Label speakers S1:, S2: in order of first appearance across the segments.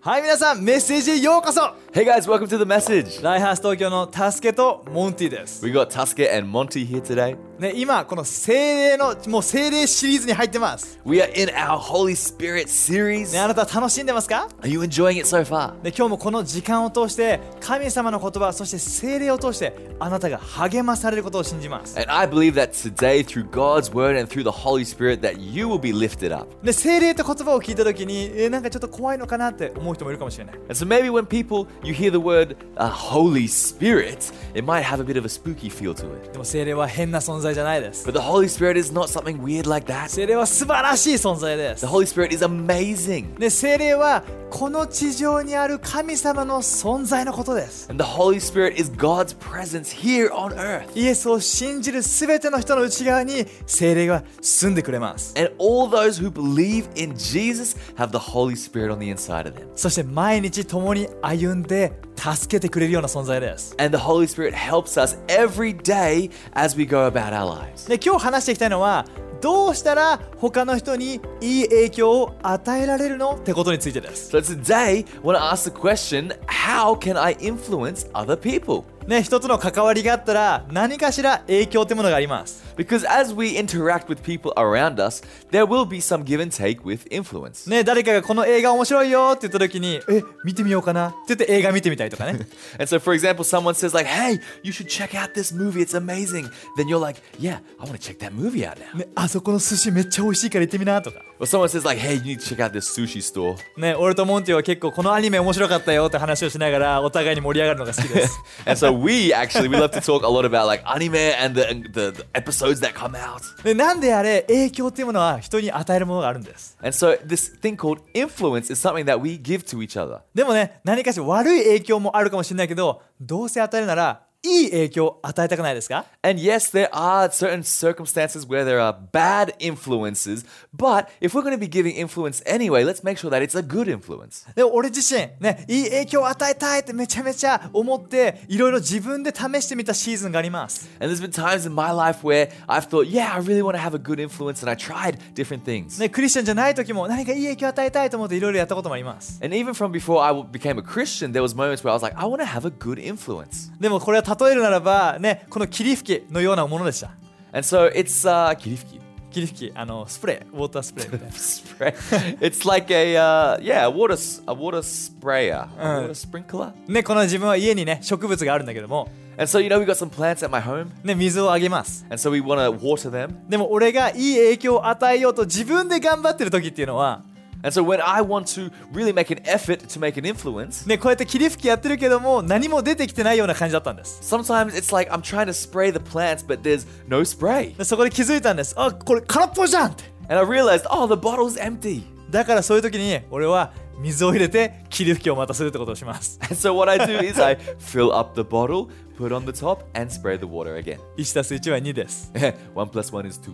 S1: はい皆さんメッセージへようこそ
S2: Hey guys, welcome to the message.
S1: ライハース東京のタスケとモンティです
S2: We got Tusker and Monty here today.
S1: ね今この精霊のもう精霊シリーズに入ってます
S2: We are in our Holy Spirit series.
S1: ねあなた楽しんでますか
S2: Are you enjoying it so far?
S1: で今日もこの時間を通して神様の言葉そして精霊を通してあなたが励まされることを信じます
S2: And I believe that today, through God's word and through the Holy Spirit, that you will be lifted up.
S1: で精霊って言葉を聞いた時にえーなんかちょっと怖いのかなって思う人もいるかもしれない
S2: And so maybe when people you hear the word uh, Holy Spirit, it might have a bit of a spooky feel to it.
S1: でも精霊は変な存在じゃないです
S2: But the Holy Spirit is not something weird like that.
S1: 精霊は素晴らしい存在です
S2: The Holy Spirit is amazing.
S1: で精霊はこの地上にある神様の存在のことです
S2: And the Holy Spirit is God's presence here on earth.
S1: イエスを信じるすべての人の内側に精霊が住んでくれます
S2: And all those who believe in Jesus have the Holy Spirit on the inside of them.
S1: そして毎日共に歩んで助けてくれるような存在です
S2: And the Holy Spirit helps us every day as we go about our lives.
S1: で今日話していきたいのはどうしたら他の人にいい影響を与えられるのってことについてです
S2: So today, I want to ask the question how can I influence other people?
S1: ね人との関わりがあったら何かしら影響ってものがあります
S2: Because as we interact with people around us, there will be some give and take with influence.
S1: ね誰かがこの映画面白いよって言った時にえ見てみようかなって言って映画見てみたりとかね
S2: And so, for example, someone says, like, hey, you should check out this movie, it's amazing. Then you're like, yeah, I want to check that movie out now.
S1: ねあそこの寿司めっちゃ美味しいから行ってみなとか
S2: Or someone says, like, hey, you need to check out this sushi store.
S1: ね俺とモンティは結構このアニメ面白かったよって話をしながらお互いに盛り上がるのが好き です
S2: And so we actually we love to talk a lot about like anime and the, the, the episodes that come out.
S1: でなんであれ影響っていうものは人に与えるものがあるんです
S2: And so this thing called influence is something that we give to each other.
S1: でもね何かしら悪い影響もあるかもしれないけどどうせ与えるならいい影響を与えたくないですか
S2: And yes, there are certain circumstances where there are bad influences, but if we're going to be giving influence anyway, let's make sure that it's a good influence.
S1: で俺自身ねいい影響を与えたいってめちゃめちゃ思っていろいろ自分で試してみたシーズンがあります
S2: And there's been times in my life where I've thought, yeah, I really want to have a good influence, and I tried different things.
S1: ねクリスチャンじゃない時も何かいい影響を与えたいと思っていろいろやったこともあります
S2: And even from before I w- became a Christian, there was moments where I was like, I want to have a good influence.
S1: でもこれは例えるならばねこの霧吹きのようなものでした
S2: And so it's uh, kirifki
S1: 霧吹きあのスプレーウォータースプレーみたい
S2: spray. it's like a uh, yeah, a water s- a water sprayer, a water sprinkler.
S1: なねこの自分は家にね植物があるんだけども
S2: And so you know we got some plants at my home,
S1: ね水をあげます
S2: and so we want to water them.
S1: でも俺がいい影響を与えようと自分で頑張ってる時っていうのは
S2: And so when I want to really make an effort to make an influence,
S1: ねこうやって霧吹きやってるけども何も出てきてないような感じだったんです
S2: sometimes it's like I'm trying to spray the plants, but there's no spray.
S1: でそこで気づいたんですあこれ空っぽじゃんって
S2: And I realized, oh, the bottle's empty.
S1: だからそういう時に俺は水を入れて霧吹きをまたするってことをします
S2: And so what I do is I fill up the bottle, put on the top, and spray the water again.
S1: 1たす1は2です
S2: one plus one is two.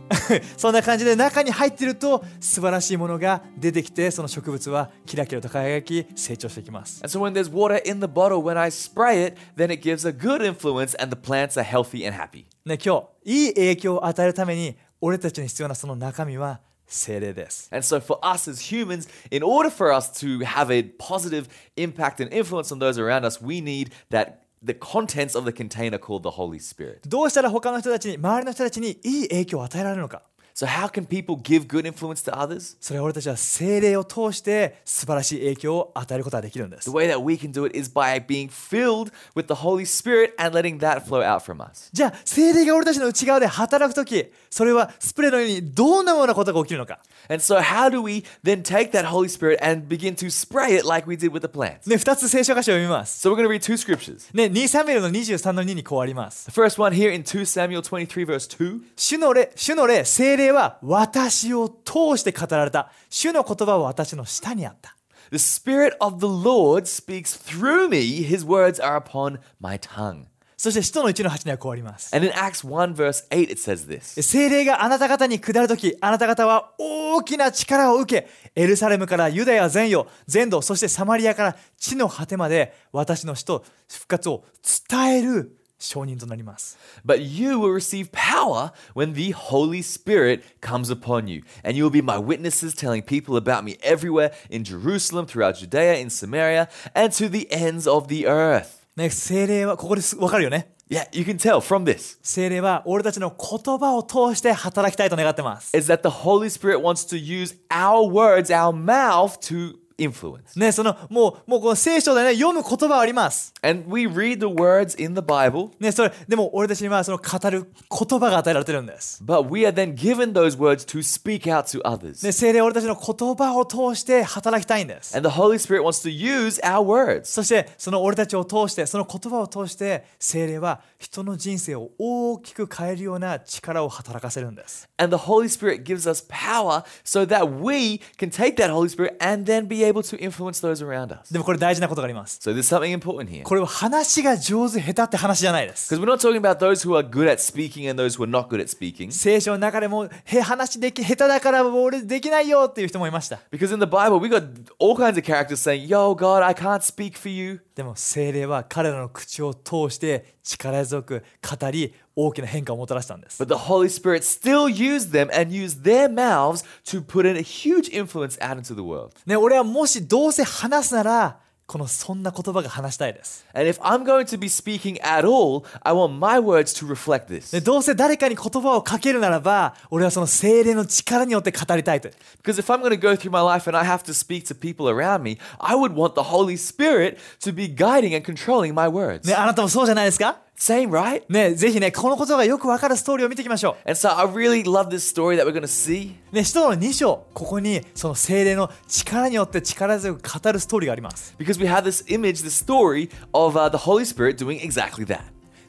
S1: そんな感じで中に入ってると素晴らしいものが出てきてその植物はキラキラと輝き成長していきます
S2: And so when there's water in the bottle, when I spray it, then it gives a good influence and the plants are healthy and happy.
S1: ね今日いい影響を与えるために俺たちに必要なその中身は精霊です
S2: And so for us as humans, in order for us to have a positive impact and influence on those around us, we need that the contents of the container called the Holy Spirit.
S1: どうしたら他の人たちに周りの人たちにいい影響を与えられるのか
S2: So how can people give good influence to others?
S1: それは俺たちは精霊を通して素晴らしい影響を与えることができるんです
S2: The way that we can do it is by being filled with the Holy Spirit and letting that flow out from us.
S1: じゃあ精霊が俺たちの内側で働く時それはスプレーのようにどんなようなことが起きるのか、
S2: And so how do we then take that Holy Spirit and begin to spray it like we did with the plants?
S1: ね、2つ聖書箇所を読みます、
S2: So we're going to read two scriptures.
S1: ね、2サムエルの23の2にこうあります
S2: The first one here in 2 Samuel 23, verse 2.
S1: 主の霊主の霊精霊は私を通して語られた主の言葉は私の下にあった
S2: The Spirit of the Lord speaks through me, his words are upon my tongue.
S1: そして使徒の1の8にはこうあります
S2: And in Acts 1, verse 8, it says this
S1: 聖霊があなた方に下るとき、あなた方は大きな力を受け、エルサレムからユダヤ全土、全土、そしてサマリアから地の果てまで、私の死と復活を伝える証人となります。
S2: But you will receive power when the Holy Spirit comes upon you, and you will be my witnesses, telling people about me everywhere in Jerusalem, throughout Judea, in Samaria, and to the ends of the earth.
S1: ね、精霊は、ここですわかるよね。
S2: Yeah, you can tell from this
S1: 精霊は俺たちの言葉を通して働きたいと願ってます。
S2: is that the Holy Spirit wants to use our words, our mouth, to influence.
S1: ね、そのもうもうこの聖書でね読む言葉はあります。
S2: And we read the words in the Bible,
S1: ね、それでも俺たちにはその語る言葉が与えられてるんです。
S2: but we are then given those words to speak out to others.
S1: ね、聖霊は俺たちの言葉を通して働きたいんです。
S2: And the Holy Spirit wants to use our words.
S1: そしてその俺たちを通してその言葉を通して聖霊は人の人生を大きく変えるような力を働かせるんです。
S2: And the Holy Spirit gives us power so that we can take that Holy Spirit and then be able to influence those around us.
S1: でもこれ大事なことがあります。
S2: So there's something important here.
S1: これは話が上手下手って話じゃないです。
S2: Because we're not talking about those who are good at speaking and those who are not good at speaking.
S1: 聖書の中でもへ話でき下手だから俺できないよっていう人もいました。
S2: Because in the Bible, we got all kinds of characters saying, Yo, God, I can't speak for you.
S1: でも聖霊は彼らの口を通して力強く語り大きな変化をもたらしたんです。
S2: But the Holy Spirit still used them and used their mouths to put in a huge influence out into the world.
S1: ね、俺はもしどうせ話すならこのそんな言葉が話したいです。
S2: And if I'm going to be speaking at all, I want my words to reflect this.
S1: でどうせ誰かに言葉をかけるならば俺はその聖霊の力によって語りたいと。
S2: Because if I'm going to go through my life and I have to speak to people around me, I would want the Holy Spirit to be guiding and controlling my words.
S1: ね、あなたもそうじゃないですか
S2: Same, right?
S1: ね、ぜひね、このことがよくわかるストーリーを見ていきましょ
S2: And so I really love this story that we're going to see.
S1: う。ね、使徒の2章、ここにその聖霊の力によって力強く語るストーリーがあります。
S2: Because we have this image, this story of uh, the Holy Spirit doing exactly that.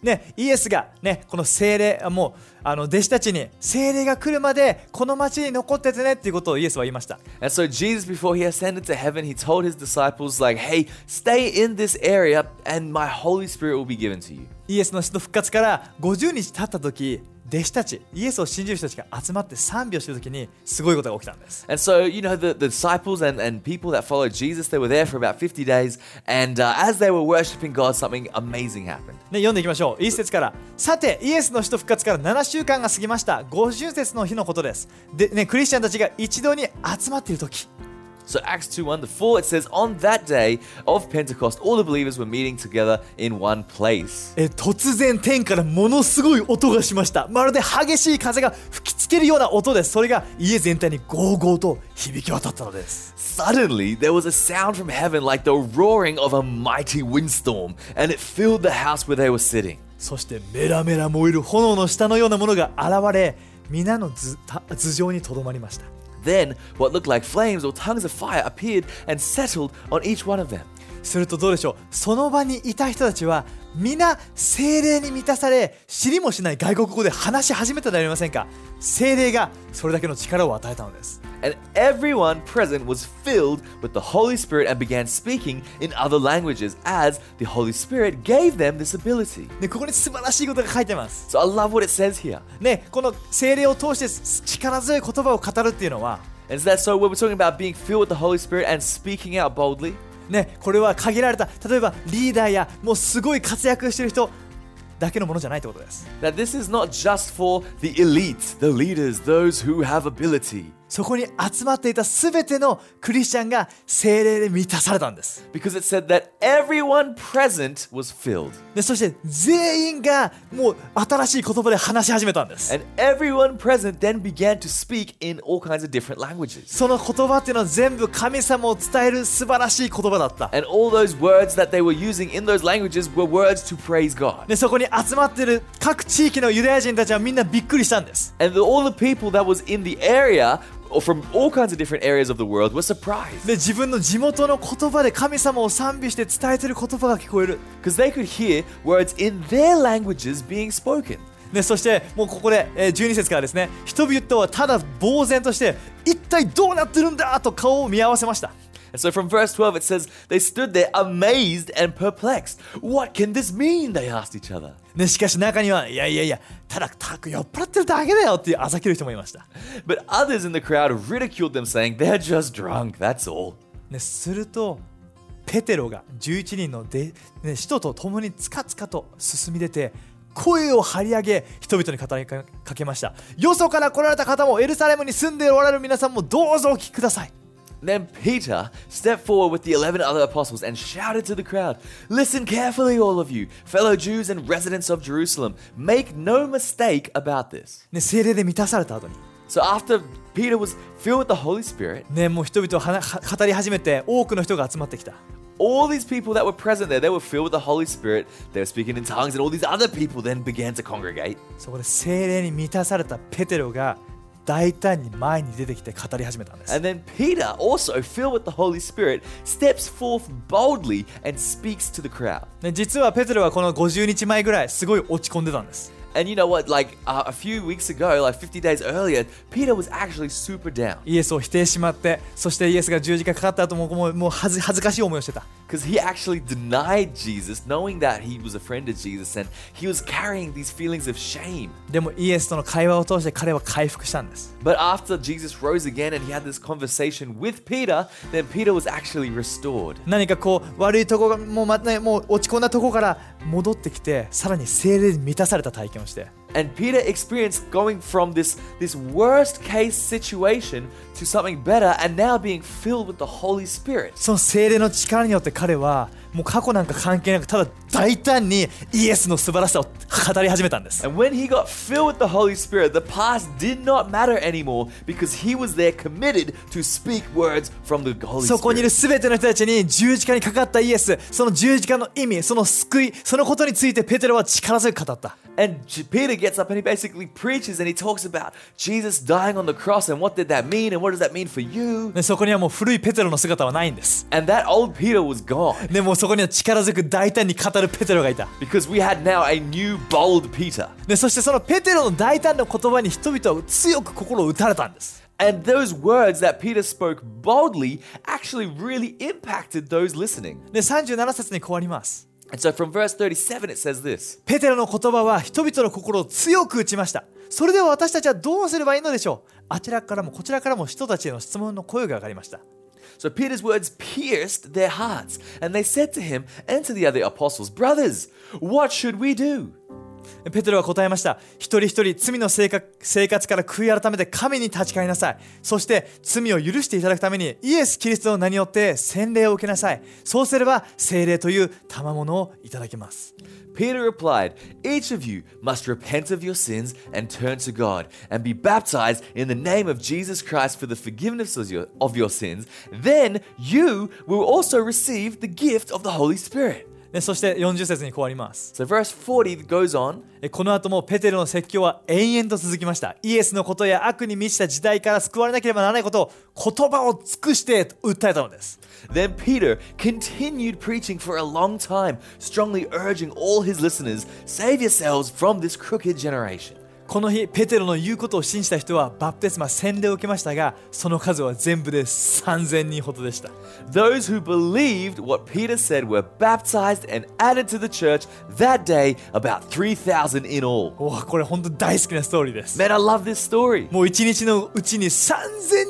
S1: ね、イエスが、ね、この聖霊、あもうあの弟子たちに聖霊が来るまでこの町に残っててねっていうことをイエスは言いました。
S2: And so Jesus, before he ascended to heaven, he told his disciples, like, hey, stay in this area and my Holy Spirit will be given to you.
S1: イエスの死と復活から50日経った時、弟子たち、イエスを信じる人たちが集まって賛美をしてる時にすごいことが起きたんです。
S2: And so, you know, the, the disciples and, and people that followed Jesus, they were there for about 50 days. And uh, as they were worshiping God, something amazing happened.
S1: ね、読んでいきましょう一節からさてイエスの死と復活から7週間が過ぎました50節の日のことですで、ね、クリスチャンたちが一堂に集まっている時
S2: So Acts 2 1 to 4, it says, On that day of Pentecost, all the believers were meeting together in one place.
S1: え突然天からものすごい音がしましたまるで激しい風が吹きつけるような音ですそれが家全体にゴーゴーと響き渡ったのです
S2: Suddenly, there was a sound from heaven like the roaring of a mighty windstorm, and it filled the house where they were sitting.
S1: そしてメラメラ燃える炎の下のようなものが現れ皆の頭た頭上にとどまりました
S2: Then, what looked like flames or tongues of fire appeared and settled on each one of them.
S1: するとどうでしょうその場にいた人たちは皆精霊に満たされ知りもしない外国語で話し始めたではありませんか精霊がそれだけの力を与えたのです
S2: And everyone present was filled with the Holy Spirit and began speaking in other languages as the Holy Spirit gave them this ability.
S1: でここに素晴らしいことが書いてます
S2: So I love what it says here.
S1: ねこの精霊を通してす力強い言葉を語るっていうのは
S2: Is that so? When we're talking about being filled with the Holy Spirit and speaking out boldly,
S1: ねこれは限られた例えばリーダーやもうすごい活躍してる人だけのものじゃないってことです
S2: that this is not just for the elite, the leaders, those who have ability.
S1: そこに集まっていた全てのクリスチャンが精霊で満たされたんです
S2: Because it said that everyone present was filled,
S1: でそして全員がもう新しい言葉で話し始めたんです。
S2: and everyone present then began to speak in all kinds of different languages.
S1: その言葉っていうのは全部神様を伝える素晴らしい言葉だった。
S2: And all those words that they were using in those languages were words to praise God.
S1: でそこに集まってる各地域のユダヤ人たちはみんなびっくりしたんです。
S2: And the, all the people that was in the area, or from all kinds of different areas of the world, were surprised
S1: で自分の地元の言葉で神様を賛美して伝えてる言葉が聞こえる。
S2: because they could hear words in their languages being spoken.
S1: でそしてもうここでえー12節からですね人々はただ呆然として一体どうなってるんだと顔を見合わせました。
S2: And so from verse 12 it says, They stood there amazed and perplexed. What can this mean? They asked each other.
S1: でしかし中にはいやいやいやただたく酔っ払ってるだけだよっていうあざける人もいました。
S2: But others in the crowd ridiculed them, saying, They're just drunk, that's all.
S1: ね、するとペテロが11人ので、ね、使徒と共につかつかと進み出て声を張り上げ人々に語りかけましたよそから来られた方もエルサレムに住んでおられる皆さんもどうぞお聞きください
S2: Then Peter stepped forward with the eleven other apostles and shouted to the crowd Listen carefully, all of you, fellow Jews and residents of Jerusalem. Make no mistake about this.
S1: ね、精霊で満たされた後に
S2: So after Peter was filled with the Holy Spirit,
S1: ねもう人々はなは語り始めて多くの人が集まってきた
S2: all these people that were present there, they were filled with the Holy Spirit. They were speaking in tongues, and all these other people then began to congregate.
S1: そこで精霊に満たされたペテロが大胆に前に出てきて語り始めたんです
S2: And then Peter, also filled with the Holy Spirit, steps forth boldly and speaks to the crowd.
S1: ね実はペテロはこの50日前ぐらいすごい落ち込んでたんです
S2: And you know what? Like uh, a few weeks ago, like 50 days earlier, Peter was actually super down
S1: イエスを否定しまってそしてイエスが十字架かかった後ももうもう恥ず恥ずかしい思いをしてた
S2: because he actually denied Jesus, knowing that he was a friend of Jesus, and he was carrying these feelings of shame.
S1: でもイエスとの会話を通して彼は回復したんです
S2: But after Jesus rose again and he had this conversation with Peter, then Peter was actually restored.
S1: 何かこう悪いとこがもうまたねもう落ち込んだとこから戻ってきてさらに精霊に満たされた体験をして
S2: And Peter experienced going from this, this worst case situation to something better and now being filled with the Holy Spirit.
S1: その精霊の力によって彼はもう過去なんか関係なくただ大胆にイエスの素晴らしさを語り始めたんです
S2: And when he got filled with the Holy Spirit, the past did not matter anymore because he was there committed to speak words from the Holy
S1: そこにいる
S2: Spirit.
S1: 全ての人たちに十字架にかかったイエスその十字架の意味その救いそのことについてペテロは力強く語った
S2: And J- Peter gets up and he basically preaches and he talks about Jesus dying on the cross and what did that mean and what does that mean for you.
S1: でそこにはもう古いペテロの姿はないんです
S2: And that old Peter was gone
S1: でもうそこには力強く大胆に語るペテロがいた
S2: because we had now a new bold Peter.
S1: でそしてそのペテロの大胆な言葉に人々は強く心を打たれたんです
S2: And those words that Peter spoke boldly actually really impacted those listening.
S1: で37節に変わります
S2: And so from verse 37, it says this.
S1: ペテロの言葉は人々の心を強く打ちましたそれでは私たちはどうすればいいのでしょうあちらからもこちらからも人たちへの質問の声が上がりました
S2: So Peter's words pierced their hearts, and they said to him and to the other apostles, Brothers, what should we do?
S1: ペテロは答えました一人一人罪の生活生活から悔い改めて神に立ち返りなさいそして罪を許していただくためにイエス・キリストの名によって洗礼を受けなさいそうすれば聖霊という賜物をいただけます
S2: Peter replied, Each of you must repent of your sins and turn to God, and be baptized in the name of Jesus Christ for the forgiveness of your, of your sins. Then you will also receive the gift of the Holy Spirit.
S1: でそして40節に変わります
S2: So verse 40 goes on.
S1: えこの後もペテロの説教は延々と続きましたイエスのことや悪に満ちた時代から救われなければならないことを言葉を尽くして訴えたのです
S2: Then Peter continued preaching for a long time, strongly urging all his listeners, save yourselves from this crooked generation.
S1: この日ペテロの言うことを信じた人はバプテスマ洗礼を受けましたがその数は全部で3000人ほどでした
S2: Those who believed what Peter said were baptized and added to the church that day, about 3,000 in all.
S1: おーこれ本当大好きなストーリーです
S2: Man, I love this story.
S1: もう一日のうちに3000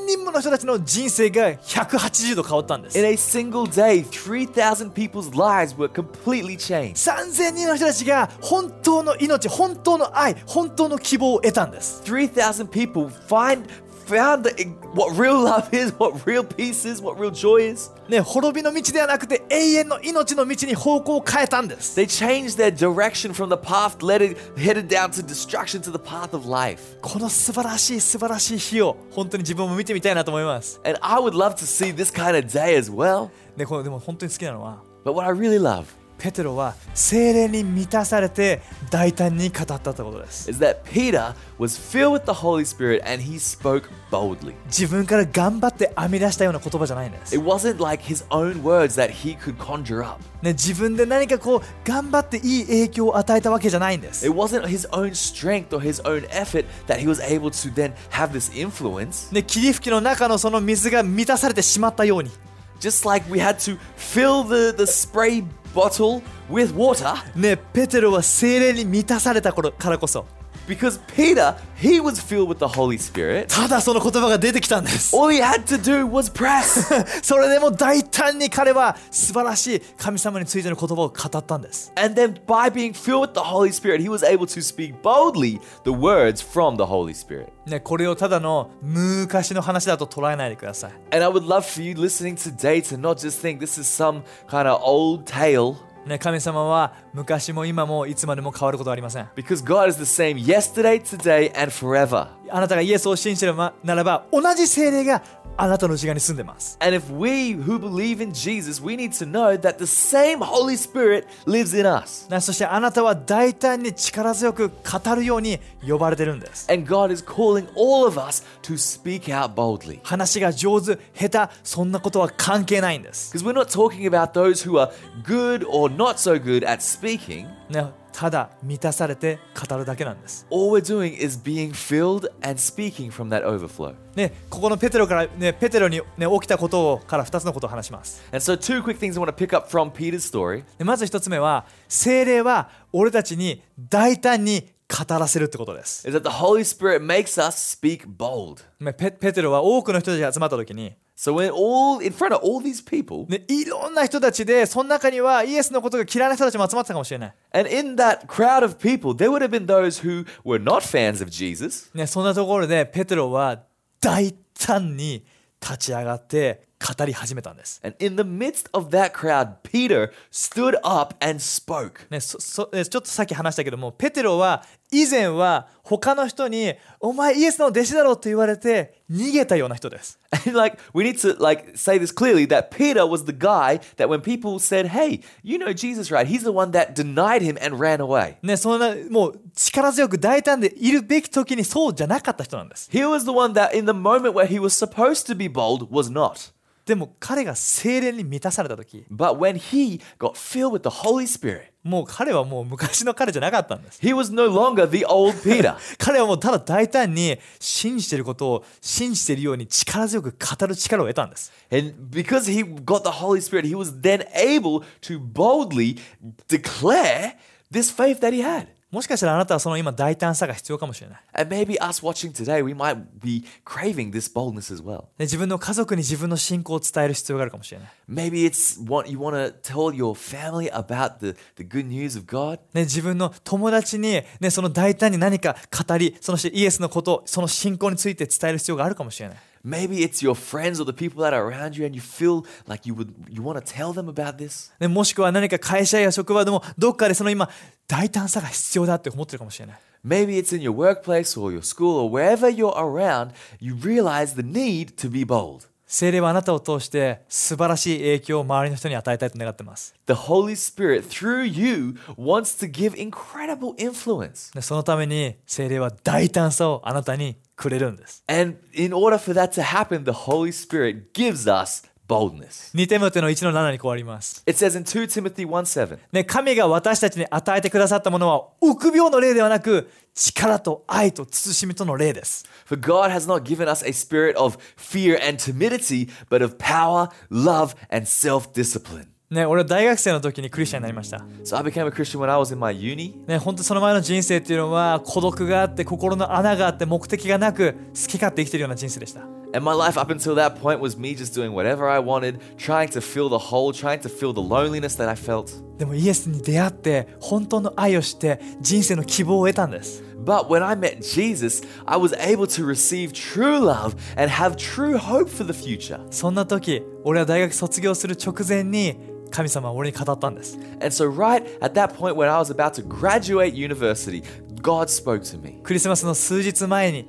S1: 人もの人たちの人生が180度変わったんです
S2: In a single day, 3,000 people's lives were completely changed.
S1: 3000人の人たちが本当の命本当の愛本当の希望を得たんです
S2: 3,000 people find, found the, what real love is, what real peace is, what real joy is.
S1: ね、滅びの道ではなくて永遠の命の道に方向を変えたんです。
S2: They changed their direction from the path led, headed down to destruction to the path of life.
S1: この素晴らしい素晴らしい日を本当に自分も見てみたいなと思います。
S2: And I would love to see this kind of day as well.
S1: ね、このでも本当に好きなのは
S2: But what I really love
S1: ペテロは精霊に満たされて大胆に語ったってことです。
S2: is that Peter was filled with the Holy Spirit and he spoke boldly.
S1: 自分から頑張って編み出したような言葉じゃないんで
S2: It
S1: す。
S2: wasn't like his own words that he could conjure up.
S1: ね、自分で何かこう頑張っていい影響を与えたわけじゃないんで
S2: It
S1: す。
S2: wasn't his own strength or his own effort that he was able to then have this influence.
S1: ね、霧吹きの中のその水が満たされてしまったように。
S2: Just like we had to fill the, the spray bottle with water,
S1: ね、ペテロは精霊に満たされた頃からこそ
S2: Because Peter, he was filled with the Holy Spirit.
S1: ただその言葉が出てきたんです
S2: All he had to do was press.
S1: それでも大胆に彼は素晴らしい神様についての言葉を語ったんです
S2: and then by being filled with the Holy Spirit, he was able to speak boldly the words from the Holy Spirit.
S1: ね、これをただの昔の話だと捉えないでください
S2: And I would love for you listening today to not just think this is some kind of old tale,
S1: ね、神様は昔も今もいつまでも変わることはありません
S2: because God is the same yesterday, today, and forever.
S1: あなたがイエスを信じるまならば同じ精霊があなたの内側に住んでます
S2: And if we who believe in Jesus, we need to know that the same Holy Spirit lives in us.
S1: なそしてあなたは大胆に力強く語るように呼ばれてるんです
S2: And God is calling all of us to speak out boldly.
S1: 話が上手下手そんなことは関係ないんです、
S2: Because we're not talking about those who are good or not so good at speaking.
S1: ね、ただ満たされて語るだけなんです、
S2: All we're doing is being filled and speaking from that overflow.
S1: ね、ここのペテロから、ね、ペテロに、ね、起きたことをから2つのことを話します、
S2: And so, two quick things I want to pick up from Peter's story.
S1: でまず1つ目は精霊は俺たちに大胆に語らせるってことです、
S2: is that the Holy Spirit makes us speak bold.
S1: ね、ペペテロは多くの人たちが集まった時に
S2: So when all in front of all these people,
S1: ね、いろんな人たちで、その中にはイエスのことが嫌いな人たちも集まってたかもしれない。
S2: and in that crowd of people, there would have been those who were not fans of Jesus.
S1: ね、そんなところで、ペテロは大胆に立ち上がって語り始めたんです。
S2: And in the midst of that crowd, Peter stood up and spoke.
S1: ね、そそえちょっとさっき話したけども、ペテロは以前は他の人に、お前イエスの弟子だろって言われて逃げたような人です。
S2: And like we need to like say this clearly that Peter was the guy that when people said, "Hey, you know Jesus, right?" He's the one that denied him and ran away.
S1: ね、そんな、もう力強く大胆でいるべき時にそうじゃなかった人なんです。
S2: He was the one that in the moment where he was supposed to be bold was not.
S1: でも彼が精霊に満たされた時、
S2: But when he got filled with the Holy Spirit,
S1: もう彼はもう昔の彼じゃなかったんです。
S2: He was no longer the old Peter.
S1: 彼はもうただ大胆に信じてることを信じてるように力強く語る力を得たんです。
S2: and because he got the Holy Spirit, he was then able to boldly declare this faith that he had.
S1: もしかしたらあなたはその今大胆さが必要かもしれない。
S2: And maybe us watching today, we might be craving this boldness as well.
S1: で自分の家族に自分の信仰を伝える必要があるかもしれない。
S2: Maybe it's what you want to tell your family about the, the good news of God.
S1: ね、自分の友達に、ね、その大胆に何か語り、そのしてイエスのこと、その信仰について伝える必要があるかもしれない。
S2: Maybe it's your friends or the people that are around you and you feel like you would you want to tell them about this.
S1: ね、もしくは何か会社や職場でもどっかでその今大胆さが必要だって思ってるかもしれない。
S2: Maybe it's in your workplace or your school or wherever you're around, you realize the need to be bold.
S1: 聖霊はあなたを通して素晴らしい影響を周りの人に与えたいと願ってます。
S2: The Holy Spirit through you wants to give incredible influence.
S1: でそのために聖霊は大胆さをあなたにくれるんです。
S2: And in order for that to happen, the Holy Spirit gives us boldness.
S1: 2テモテの1の7にこうあります。
S2: It says in 2 Timothy 1 7,
S1: ね、神が私たちに与えてくださったものは臆病の霊ではなく力と愛と慎みとの霊です。
S2: For God has not given us a spirit of fear and timidity, but of power, love, and self discipline.
S1: ね、俺は大学生の時にクリスチャンになりました。
S2: So I became a Christian when I was in my uni.
S1: ね、本当その前の人生っていうのは孤独があって心の穴があって目的がなく好き勝手生きてるような人生でした。
S2: And my life up until that point was me just doing whatever I wanted, trying to fill the hole, trying to fill the loneliness that I felt.
S1: でもイエスに出会って本当の愛を知って人生の希望を得たんです。
S2: But when I met Jesus, I was able to receive true love and have true hope for the future.
S1: そんな時俺は大学卒業する直前に神様は俺に語ったんです
S2: And so, right at that point when I was about to graduate university, God spoke to me.
S1: クリスマスの数日前に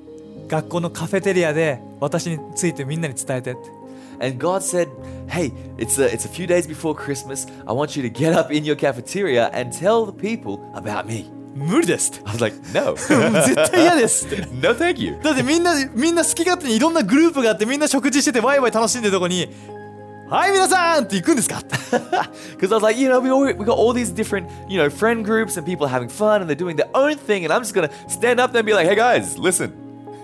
S1: 学校のカフェテリアで私についてみんなに伝えてって
S2: And God said, Hey, it's a, it's a few days before Christmas. I want you to get up in your cafeteria and tell the people about me.
S1: 無理ですって
S2: I was like, No.
S1: 絶対嫌ですって
S2: no, thank you.
S1: だってみんなみんな好き勝手にいろんなグループがあってみんな食事しててワイワイ楽しんでるとこに「はい皆さん!」って行くんですかって
S2: Because I was like, you know, we, all, we got all these different, you know, friend groups and people are having fun and they're doing their own thing. And I'm just going to stand up there and be like, hey guys, listen.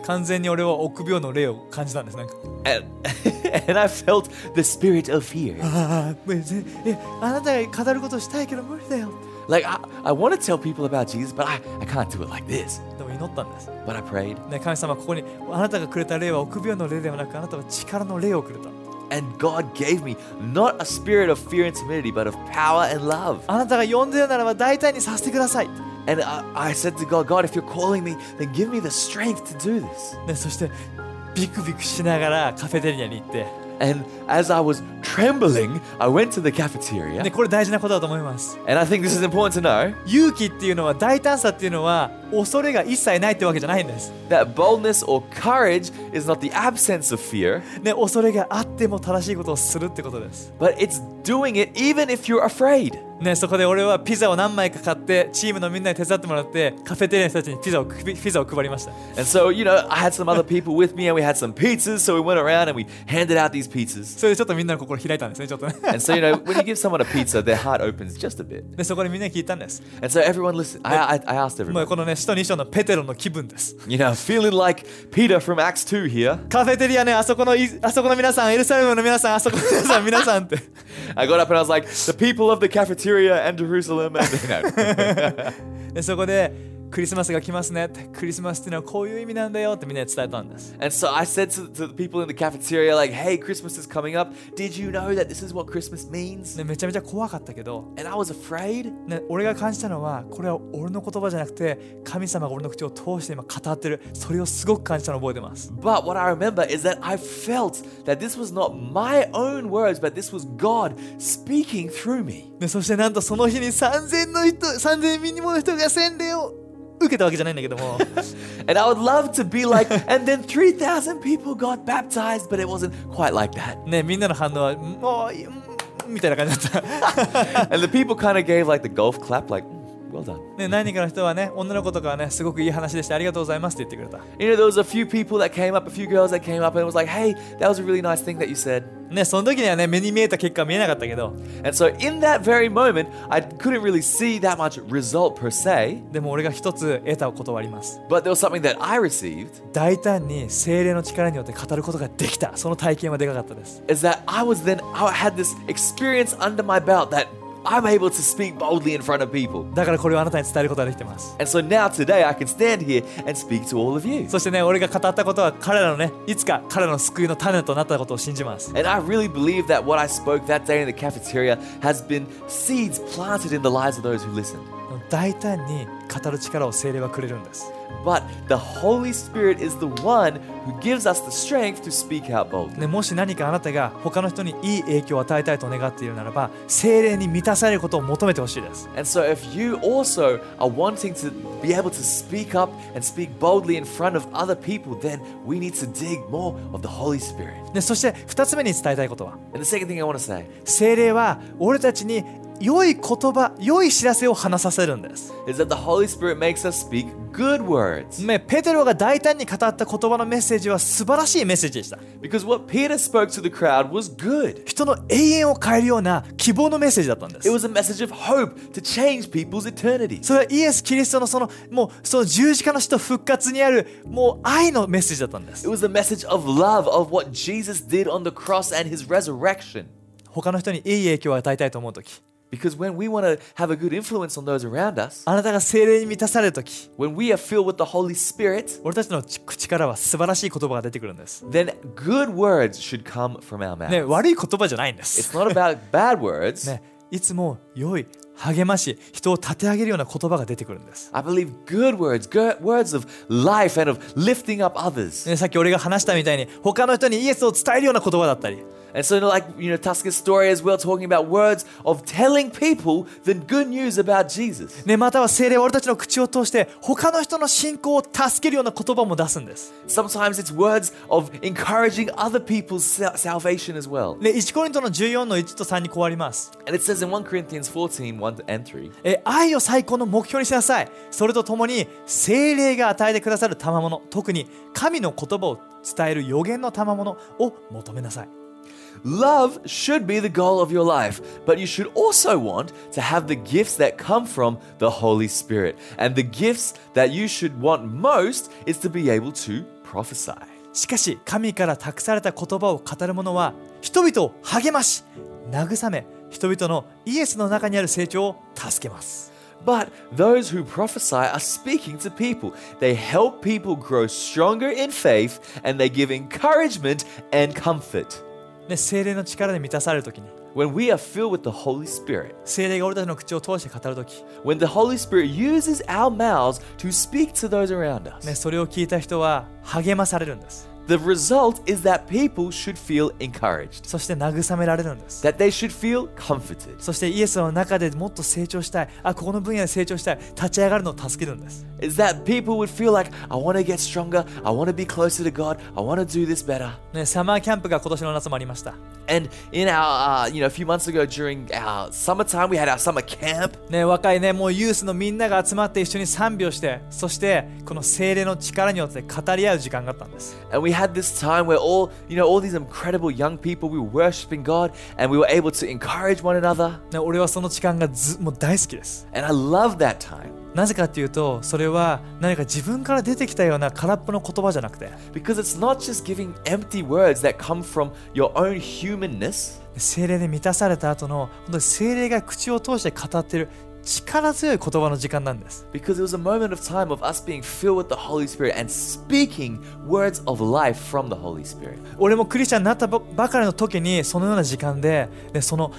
S1: 完全に俺は臆病の霊を感じたんですなんか
S2: And, and I felt the spirit of fear.
S1: ああえあなたが語ることしたいけど無理だよ
S2: Like, I, I want to tell people about Jesus, but I, I can't do it like this.
S1: でもイ祈ったんです、ね、
S2: But I prayed,
S1: 神様はここにあなたがくれた霊は臆病の霊ではなくあなたは力の霊をくれた
S2: and God gave me not a spirit of fear and timidity, but of power and love.
S1: あなたが呼んでるならば大体にさせてください、ね、
S2: And I, I said to God, God, if you're calling me, then give me the strength to do this.
S1: そしてビクビクしながらカフェテリアに行って、
S2: And as I was trembling, I went to the cafeteria.
S1: ね、これ大事なことだと思います
S2: And I think this is important to know
S1: 勇気っていうのは大胆さっていうのは恐れが一切ないってわけじゃないんです、
S2: that boldness or courage is not the absence of fear,
S1: ね、恐れがあっても正しいことをするってことです、
S2: but it's doing it even if you're afraid.
S1: ね、そこで俺はピザを何枚か買ってチームのみんなに手伝ってもらってカフェテリアの人たちにピザをピピザを配りました
S2: And so, you know, I had some other people with me and we had some pizzas, so we went around and we handed out these pizzas.
S1: それでちょっとみんなの心開いたんですねちょっとね
S2: And so, you know, when you give someone a pizza, their heart opens just a bit.
S1: でそこでみんなに聞いたんです
S2: And so everyone listened. I, I, I asked
S1: もう
S2: everyone,
S1: このね使徒2章のペテロの気分です
S2: you know, feeling like Peter from Acts 2 here.
S1: カフェテリアねあそこのいあそこの皆さんエルサレムの皆さんあそこの皆さん皆さんって
S2: I got up and I was like, the people of the cafeteria and Jerusalem. And, you know.
S1: でそこでクリスマスが来ますねってクリスマスっていうのはこういう意味なんだよってみんなに伝えたんです
S2: and so I said to, to the people in the cafeteria, like, hey, Christmas is coming up. Did you know that this is what Christmas means?
S1: でめちゃめちゃ怖かったけど、
S2: And I was afraid.
S1: ね、俺が感じたのはこれは俺の言葉じゃなくて神様が俺の口を通して今語ってるそれをすごく感じたのを覚えてます
S2: But what I remember is that I felt that this was not my own words, but this was God speaking through me.
S1: でそしてなんとその日に3000の人3000人もの人が洗礼を受けたわけじゃないんだけども
S2: And I would love to be like, and then 3,000 people got baptized, but it wasn't quite like that.
S1: ねみんなの反応はもういいうんみたいな感じだった、
S2: And the people kind of gave like the golf clap, like, "Mm, well done.
S1: ね、何人かの人はね女の子とかはねすごくいい話でしたありがとうございますって言ってくれた
S2: You know, there was a few people that came up, a few girls that came up, and it was like, hey, that was a really nice thing that you said.
S1: ねその時にはね目に見えた結果は見えなかったけど
S2: And so in that very moment, I couldn't really see that much result per se,
S1: でも俺が一つ得たことはあります
S2: but there was something that I received
S1: 大胆に精霊の力によって語ることができたその体験はでかかったです
S2: is that I was then I had this experience under my belt that I'm able to speak boldly in front of people.
S1: だからこれをあなたに伝えることができてます
S2: And so now today I can stand here and speak to all of you.
S1: そしてね俺が語ったことは彼らのねいつか彼らの救いの種となったことを信じます
S2: And I really believe that what I spoke that day in the cafeteria has been seeds planted in the lives of those who listened.
S1: 大胆に語る力を精霊はくれるんです
S2: But the Holy Spirit is the one who gives us the strength to speak out boldly.
S1: ね、もし何かあなたが他の人にいい影響を与えたいと願っているならば精霊に満たされることを求めてほしいです
S2: And so, if you also are wanting to be able to speak up and speak boldly in front of other people, then we need to dig more of the Holy Spirit.
S1: でそして2つ目に伝えたいことは
S2: And the second thing I want to say
S1: 精霊は俺たちに良い言葉良い知らせを話させるんです、
S2: is that the Holy Spirit makes us speak good words.
S1: ね、ペテロが大胆に語った言葉のメッセージは素晴らしいメッセージでした
S2: Because what Peter spoke to the crowd was good.
S1: 人の永遠を変えるような希望のメッセージだったんで
S2: It
S1: す
S2: was a message of hope to change people's eternity.
S1: それはイエス・キリストのそのもうその十字架の死と復活にあるもう愛のメッセージだったんです
S2: It was the message of love of what Jesus did on the cross and his resurrection.
S1: 他の人にいい影響を与えたいと思う時
S2: Because when we want to have a good influence on those around us,
S1: あなたが精霊に満たされる時
S2: when we are filled with the Holy Spirit,
S1: 俺たちの口からは素晴らしい言葉が出てくるんです。
S2: then good words should come from our
S1: ね、
S2: mouth.
S1: 悪い言葉じゃないんで
S2: It's
S1: す。
S2: not about bad words.
S1: ね、いつも良い、励まし、人を立て上げるような言葉が出てくるんです。
S2: I believe good words, good words of life and of lifting up others.
S1: ね、さっき俺が話したみたいに、他の人にイエスを伝えるような言葉だったり、
S2: And so, like, you know, Tuska's story as well, talking about words of telling people the good news about Jesus.
S1: ね、または精霊は俺たちの口を通して、他の人の信仰を助けるような言葉も出すんです。
S2: Sometimes it's words of encouraging other people's sal- salvation as well.
S1: ね、1コリントの14の1と3にこうあります。
S2: And it says in 1 Corinthians 14 1 and 3.
S1: え愛を最高の目標にしなさいそれとともに精霊が与えてくださる賜物特に神の言葉を伝える予言の賜物を求めなさい
S2: Love should be the goal of your life, but you should also want to have the gifts that come from the Holy Spirit. And the gifts that you should want most is to be able to prophesy.
S1: しかし神から託された言葉を語る者は人々を励まし慰め人々のイエスの中にある成長を助けます
S2: But those who prophesy are speaking to people. They help people grow stronger in faith and they give encouragement and comfort.
S1: ね、精霊の力で満たされるときに
S2: When we are filled with the Holy Spirit,
S1: 精霊が俺たちの口を通して語るとき、
S2: when the Holy Spirit uses our mouths to speak to those around
S1: ね、
S2: us,
S1: それを聞いた人は励まされるんです
S2: the result is that people should feel encouraged,
S1: そして慰められるんです
S2: that they should feel comforted.
S1: そしてイエスの中でもっと成長したいあここの分野で成長したい立ち上がるのを助けるんです
S2: Is that people would feel like, I want to get stronger, I want to be closer to God, I want to do this better.
S1: ね、サマーキャンプが今年の夏もありました。
S2: And in our, uh, you know, a few months ago during our summertime, we had our summer camp.
S1: ね、若いね、もうユースのみんなが集まって一緒に賛美をして、そしてこの精霊の力によって語り合う時間があったんです。
S2: And we had this time where all, you know, all these incredible young people, we were worshiping God and we were able to encourage one another.
S1: ね、俺はその時間がずもう大好きです。
S2: And I love that time
S1: なぜかっていうと、それは何か自分から出てきたような空っぽの言葉じゃなくて、
S2: because it's not just giving empty words that come from your own humanness,
S1: 精霊で満たされた後の、本当に精霊が口を通して語ってる力強い言葉の時間なんです。
S2: because it was a moment of time of us being filled with the Holy Spirit and speaking words of life from the Holy Spirit.
S1: 俺もクリスチャンになったばばかりの時に、そのような時間で、ね、その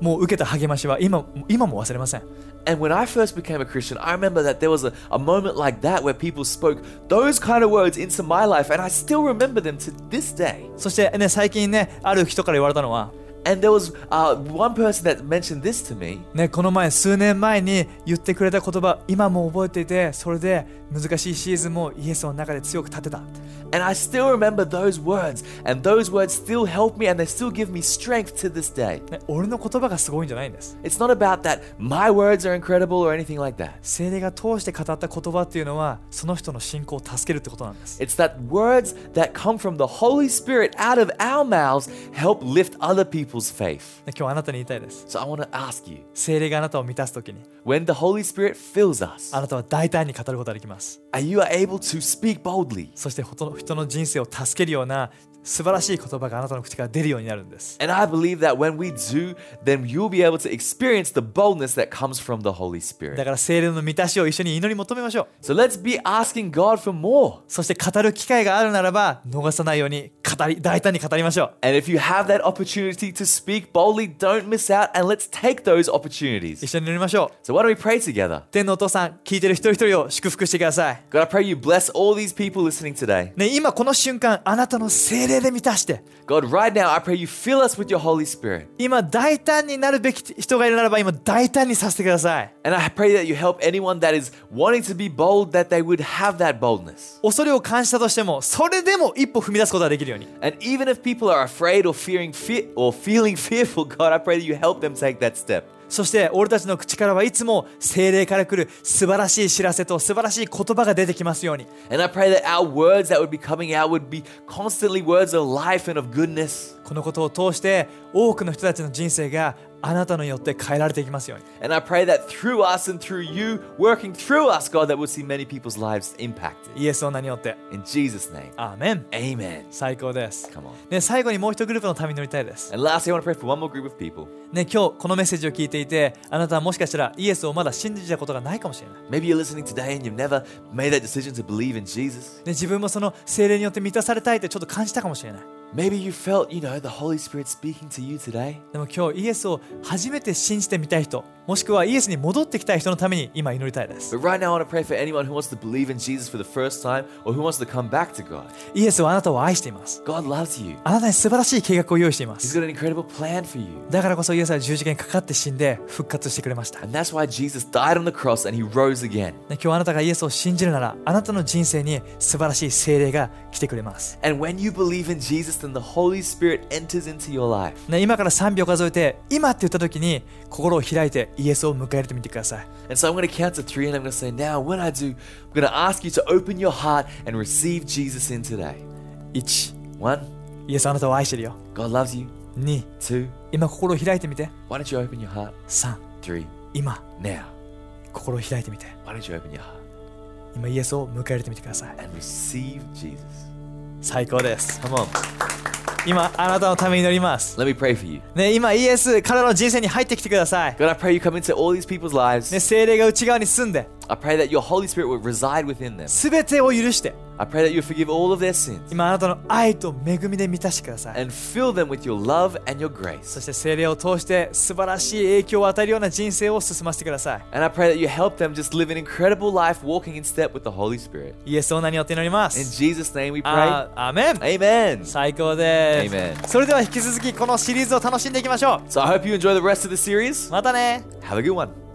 S1: もう受けた励ましは今今も忘れません。
S2: And when I first became a Christian, I remember that there was a, a moment like that where people spoke those kind of words into my life, and I still remember them to this day.
S1: そしてね、最近ね、ある人から言われたのは、
S2: And there was uh, one person that mentioned this to me,
S1: ね、この前、数年前に言ってくれた言葉、今も覚えていて、それで難しいシーズンもイエスの中で強く立てた。
S2: and I still remember those words, and those words still help me, and they still give me strength to this day.
S1: ね、俺の言葉がすごいんじゃないんです。
S2: It's not about that my words are incredible or anything like that.
S1: 聖霊が通して語った言葉っていうのは、その人の信仰を助けるってことなんです。
S2: It's that words that come from the Holy Spirit out of our mouths help lift other people's faith.
S1: ね、今日あなたに言いたいです。
S2: So I want to ask you
S1: 聖霊があなたを満たすときに、
S2: when the Holy Spirit fills us,
S1: あなたは大胆に語ることができます。
S2: and you are able to speak boldly.
S1: そしてほと人の人生を助けるような素晴らしい言葉があなたの口から出るようになるんです。
S2: And I believe that when we do, then you'll be able to experience the boldness that comes from the Holy
S1: だ
S2: Spirit.
S1: から聖霊の満たしを一緒に祈り求めましょう。
S2: So let's be asking God for more.
S1: そして語る機会があるならば逃さないように語り大胆に語りましょう
S2: And if you have that opportunity to speak boldly, don't miss out and let's take those
S1: 一
S2: opportunities.
S1: 緒に祈りましょう
S2: So why don't we pray together?
S1: 天のお父さん聞いてる一人一人を祝福してください
S2: God, I pray you bless all these people listening today.
S1: ね今この瞬間あなたの精霊で満たして
S2: God, right now, I pray you fill us with your Holy Spirit.
S1: 今大胆になるべき人がいるならば今大胆にさせてください
S2: And I pray that you help anyone that is wanting to be bold, that they would have that boldness.
S1: 恐れを感じたとしてもそれでも一歩踏み出すことができるように
S2: And even if people are afraid or fearing fear or feeling fearful, God, I pray that you help them take that step.
S1: そして俺たちの口からはいつも精霊から来る素晴らしい知らせと素晴らしい言葉が出てきますように
S2: And I pray that our words that would be coming out would be constantly words of life and of goodness.
S1: このことを通して多くの人たちの人生があなたによって変えられていきますように
S2: And I pray that through us and through you, working through us, God, that we'll see many people's lives impacted.
S1: イエスの名によって。
S2: In Jesus' name,
S1: アーメン
S2: amen.
S1: 最高です。
S2: Come on.
S1: ね、最後にもう一グループのために乗りたいです。
S2: And lastly, I want to pray for one more group of people.
S1: ね、今日このメッセージを聞いていて、あなたはもしかしたらイエスをまだ信じたことがないかもしれない。ね、
S2: Maybe you're listening today and you've never made that decision to believe in Jesus.
S1: 自分もその精霊によって満たされたいってちょっと感じたかもしれない。
S2: Maybe you felt, you know, the Holy Spirit speaking to you today.
S1: でも今日イエスを初めて信じてみたい人、もしくはイエスに戻ってきたい人のために今祈りたいです。
S2: But right now, I want to pray for anyone who wants to believe in Jesus for the first time or who wants to come back to God.
S1: イエスはあなたを愛しています。
S2: God loves you,
S1: あなたに素晴らしい計画を用意していま
S2: He's
S1: す。
S2: got an incredible plan for you.
S1: だからこそイエスは十字架にかかって死んで復活してくれました。ね、
S2: And that's why Jesus died on the cross and He rose again.
S1: 今日あなたがイエスを信じるなら、あなたの人生に素晴らしい精霊が来てくれます。
S2: And when you believe in Jesus, then the Holy Spirit enters into your life.
S1: ね、今から3秒数えて今って言った時に心を開いてイエスを迎え入れてみてください
S2: And so I'm going to count to three and I'm going to say, now, when I do, I'm going to ask you to open your heart and receive Jesus in today.
S1: 1
S2: One,
S1: イエスあなたを愛してるよ
S2: God loves you.
S1: 2
S2: Two,
S1: 今心を開いてみて
S2: why don't you open your heart?
S1: 3
S2: Three,
S1: 今
S2: now,
S1: 心を開いてみて
S2: why don't you open your heart
S1: 今イエスを迎え入れてみてください
S2: and receive Jesus?
S1: 最高です
S2: Come on.
S1: 今あなたのために祈ります、
S2: Let me pray for you.
S1: ね、今イエス彼らの人生に入ってきてください、
S2: God, I pray you come into all these people's lives.
S1: ね、精霊が内側に住んで
S2: I pray that your Holy Spirit would reside within them.
S1: 全てを許して
S2: I pray that you forgive all of their sins
S1: 今あなたの愛と恵みで満たしてください
S2: and fill them with your love and your
S1: そ
S2: grace.
S1: して精霊を通して素晴らしい影響を与えるような人生を進ませてくださ
S2: And I pray that you help them just live an incredible life walking in step with the Holy Spirit.
S1: いイエスの名によって祈りま
S2: In
S1: す
S2: Jesus' name we pray.
S1: あアーメン
S2: Amen.
S1: 最高です
S2: Amen
S1: それでは引き続きこのシリーズを楽しんでいきましょ
S2: So I hope you enjoy the rest of the series.
S1: うまたね
S2: Have a good one.